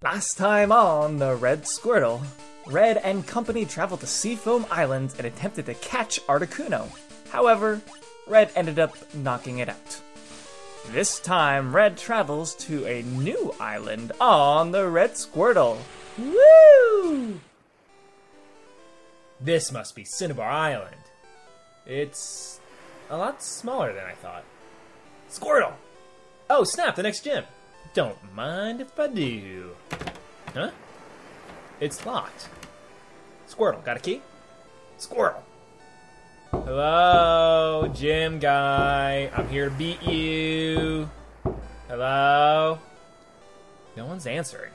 Last time on the Red Squirtle, Red and company traveled to Seafoam Island and attempted to catch Articuno. However, Red ended up knocking it out. This time, Red travels to a new island on the Red Squirtle. Woo! This must be Cinnabar Island. It's a lot smaller than I thought. Squirtle! Oh, snap, the next gym. Don't mind if I do. Huh? It's locked. Squirtle, got a key? Squirtle! Hello, gym guy. I'm here to beat you. Hello? No one's answering.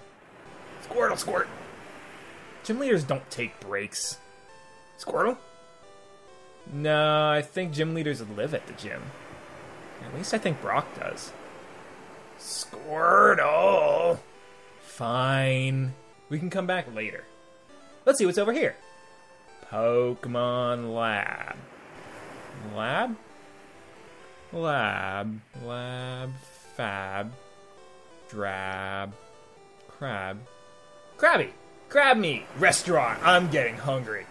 Squirtle, squirt! Gym leaders don't take breaks. Squirtle? No, I think gym leaders live at the gym. At least I think Brock does. Squirtle! Fine. We can come back later. Let's see what's over here. Pokemon Lab. Lab? Lab. Lab. Fab. Drab. Crab. Crabby! Crab meat! Restaurant! I'm getting hungry.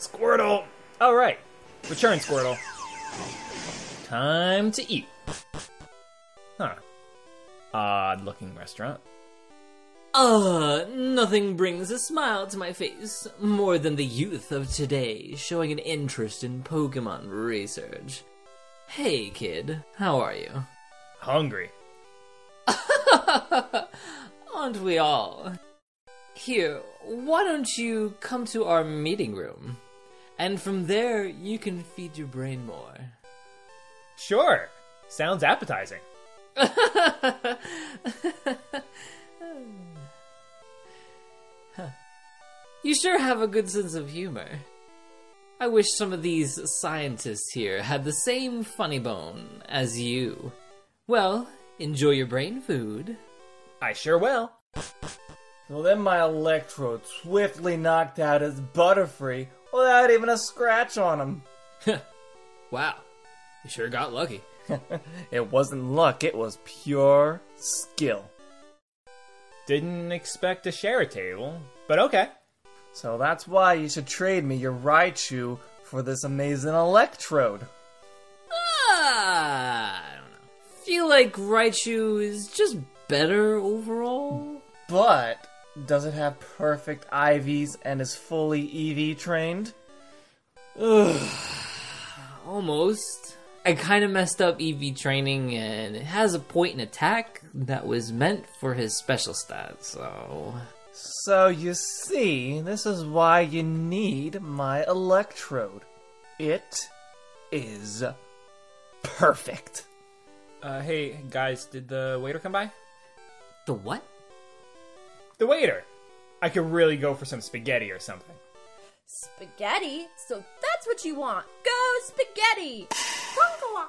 Squirtle! Alright. Return, Squirtle. Time to eat. Huh. Odd looking restaurant. Ugh, Uh, nothing brings a smile to my face more than the youth of today showing an interest in Pokemon research. Hey, kid, how are you? Hungry. Aren't we all? Here, why don't you come to our meeting room? And from there, you can feed your brain more. Sure. Sounds appetizing. You sure have a good sense of humor. I wish some of these scientists here had the same funny bone as you. Well, enjoy your brain food. I sure will. Well, then my Electrode swiftly knocked out his Butterfree without even a scratch on him. Wow, you sure got lucky. It wasn't luck, it was pure skill. Didn't expect to share a table, but okay. So that's why you should trade me your Raichu for this amazing Electrode. Ah, I don't know. Feel like Raichu is just better overall. But does it have perfect IVs and is fully EV trained? Almost. I kind of messed up EV training, and it has a point in attack that was meant for his special stat, so. So you see, this is why you need my Electrode. It is perfect. Uh, hey, guys, did the waiter come by? The what? The waiter! I could really go for some spaghetti or something. Spaghetti? So that's what you want. Go spaghetti! Gonkawa!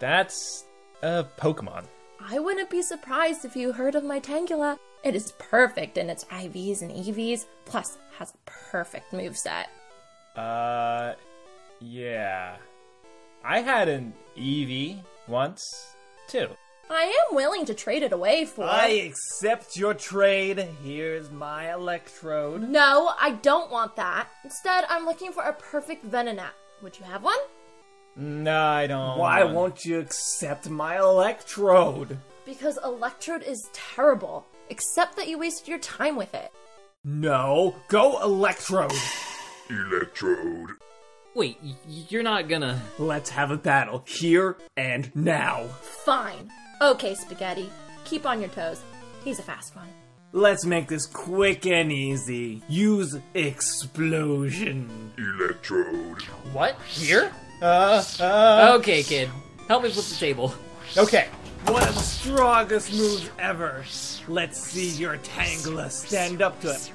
That's a Pokemon. I wouldn't be surprised if you heard of my Tangula. It is perfect in its IVs and EVs, plus has a perfect moveset. Uh, yeah. I had an EV once, too. I am willing to trade it away for. I accept your trade. Here's my Electrode. No, I don't want that. Instead, I'm looking for a perfect Venonat. Would you have one? No, I don't. Why won't you accept my Electrode? Because Electrode is terrible, except that you wasted your time with it. No, go Electrode. Electrode. Wait, y- you're not gonna. Let's have a battle here and now. Fine. Okay, Spaghetti. Keep on your toes. He's a fast one. Let's make this quick and easy. Use explosion. Electrode. What? Here? Uh, uh. Okay, kid, help me flip the table. Okay. One of the strongest moves ever. Let's see your Tangler stand up to it.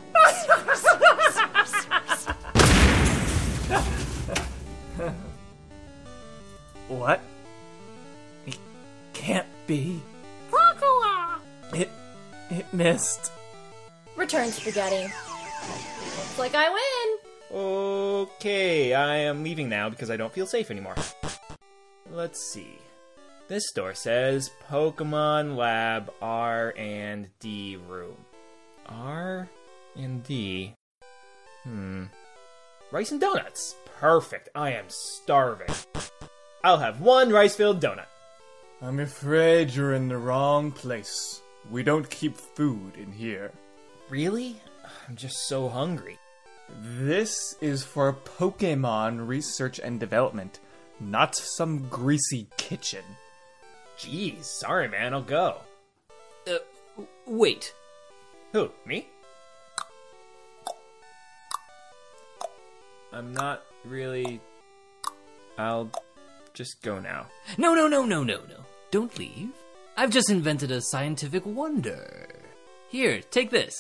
what? It can't be. Crocodile! It it missed. Return Spaghetti. Looks like I win. Okay, I am leaving now because I don't feel safe anymore. Let's see. This store says Pokemon Lab R and D room. R and D. Hmm. Rice and donuts. Perfect. I am starving. I'll have one rice-filled donut. I'm afraid you're in the wrong place. We don't keep food in here. Really? I'm just so hungry. This is for Pokemon research and development, not some greasy kitchen. Jeez, sorry man, I'll go. Uh, w- wait. Who? Me? I'm not really. I'll just go now. No, no, no, no, no, no. Don't leave. I've just invented a scientific wonder. Here, take this.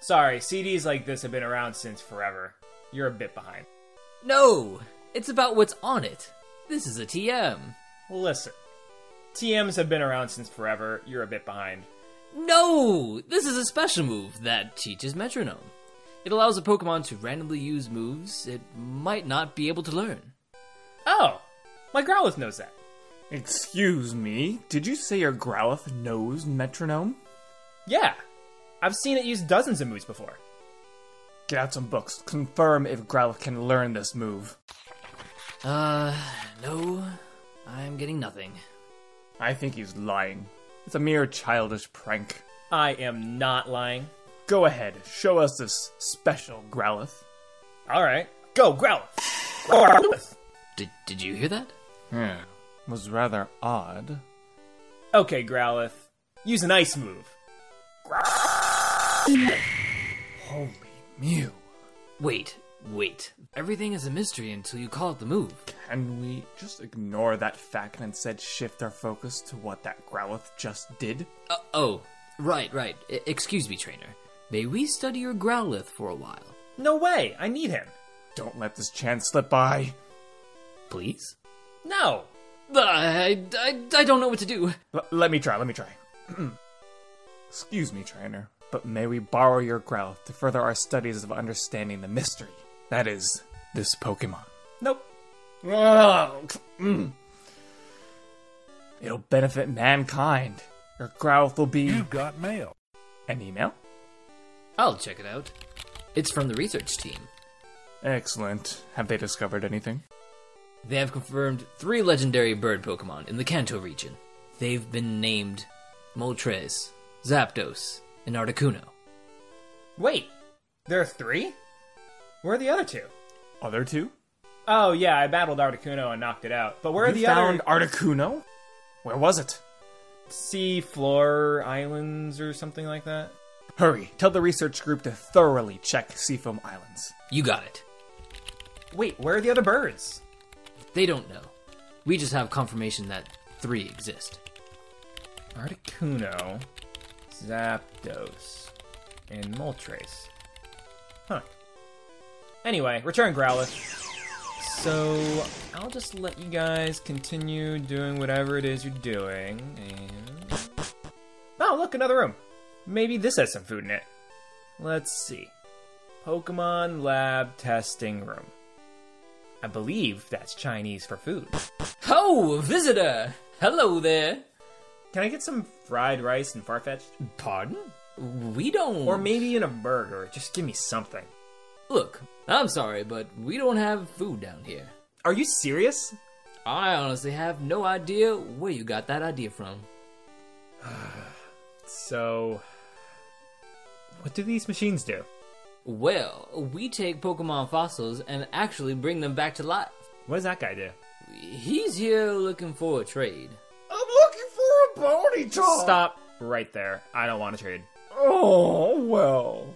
Sorry, CDs like this have been around since forever. You're a bit behind. No, it's about what's on it. This is a TM. Listen, TMs have been around since forever. You're a bit behind. No, this is a special move that teaches metronome. It allows a Pokemon to randomly use moves it might not be able to learn. Oh, my Growlithe knows that. Excuse me, did you say your Growlithe knows metronome? Yeah, I've seen it use dozens of moves before. Get out some books. Confirm if Growlithe can learn this move. Uh, no, I'm getting nothing. I think he's lying. It's a mere childish prank. I am not lying. Go ahead, show us this special Growlithe. All right, go Growlithe. Did, did you hear that? Hmm. Was rather odd. okay, Growlithe, use an ice move. Holy Mew. Wait, wait. Everything is a mystery until you call it the move. Can we just ignore that fact and instead shift our focus to what that Growlithe just did? Uh, oh, right, right. E- excuse me, trainer. May we study your Growlithe for a while? No way, I need him. Don't let this chance slip by. Please? Uh, No, I, I, I don't know what to do. L- let me try, let me try. Excuse me, trainer, but may we borrow your Growlithe to further our studies of understanding the mystery? That is, this Pokemon. nope. Mm. It'll benefit mankind. Your Growlithe will be. You got mail. An email? I'll check it out. It's from the research team. Excellent. Have they discovered anything? They have confirmed three legendary bird Pokemon in the Kanto region. They've been named Moltres, Zapdos, and Articuno. Wait, there are three? Where are the other two? Other two? Oh yeah, I battled Articuno and knocked it out. But where are you the found other Articuno? Where was it? sea floor islands or something like that? Hurry, tell the research group to thoroughly check Seafoam Islands. You got it. Wait, where are the other birds? They don't know. We just have confirmation that three exist. Articuno, Zapdos, and Moltres. Huh. Anyway, return Growlithe. So I'll just let you guys continue doing whatever it is you're doing, and oh look, another room. Maybe this has some food in it. Let's see. Pokemon Lab Testing Room. I believe that's Chinese for food. Ho, visitor! Hello there. Can I get some fried rice and farfetched? Pardon? We don't. Or maybe in a burger. Just give me something. Look, I'm sorry, but we don't have food down here. Are you serious? I honestly have no idea where you got that idea from. So, what do these machines do? Well, we take Pokemon fossils and actually bring them back to life. What does that guy do? He's here looking for a trade. I'm looking for a pony Stop right there. I don't want to trade. Oh, well.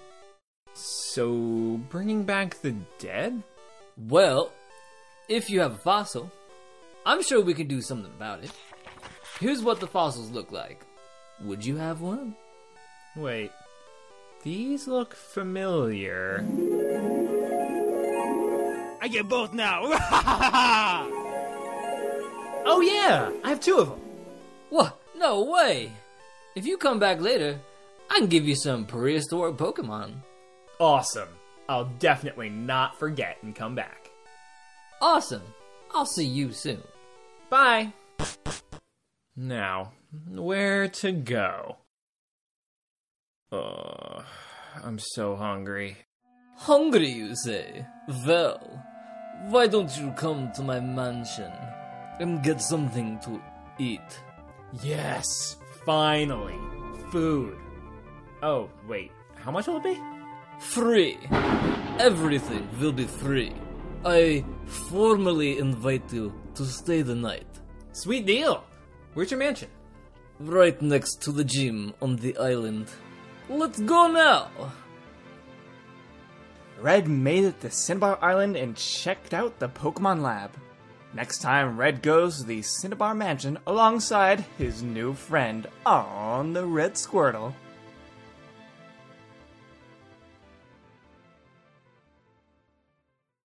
So, bringing back the dead? Well, if you have a fossil, I'm sure we can do something about it. Here's what the fossils look like. Would you have one? Wait, these look familiar. I get both now. oh, yeah, I have two of them. What? No way! If you come back later, I can give you some prehistoric Pokemon. Awesome. I'll definitely not forget and come back. Awesome! I'll see you soon. Bye. Now, where to go? Uh, I'm so hungry. Hungry, you say? Well, why don't you come to my mansion and get something to eat? Yes, finally, food. Oh, wait, how much will it be? Free. Everything will be free. I formally invite you to stay the night, Sweet deal. Where's your mansion? right next to the gym on the island. Let's go now! Red made it to Cinnabar Island and checked out the Pokemon Lab. Next time, Red goes to the Cinnabar Mansion alongside his new friend on the Red Squirtle.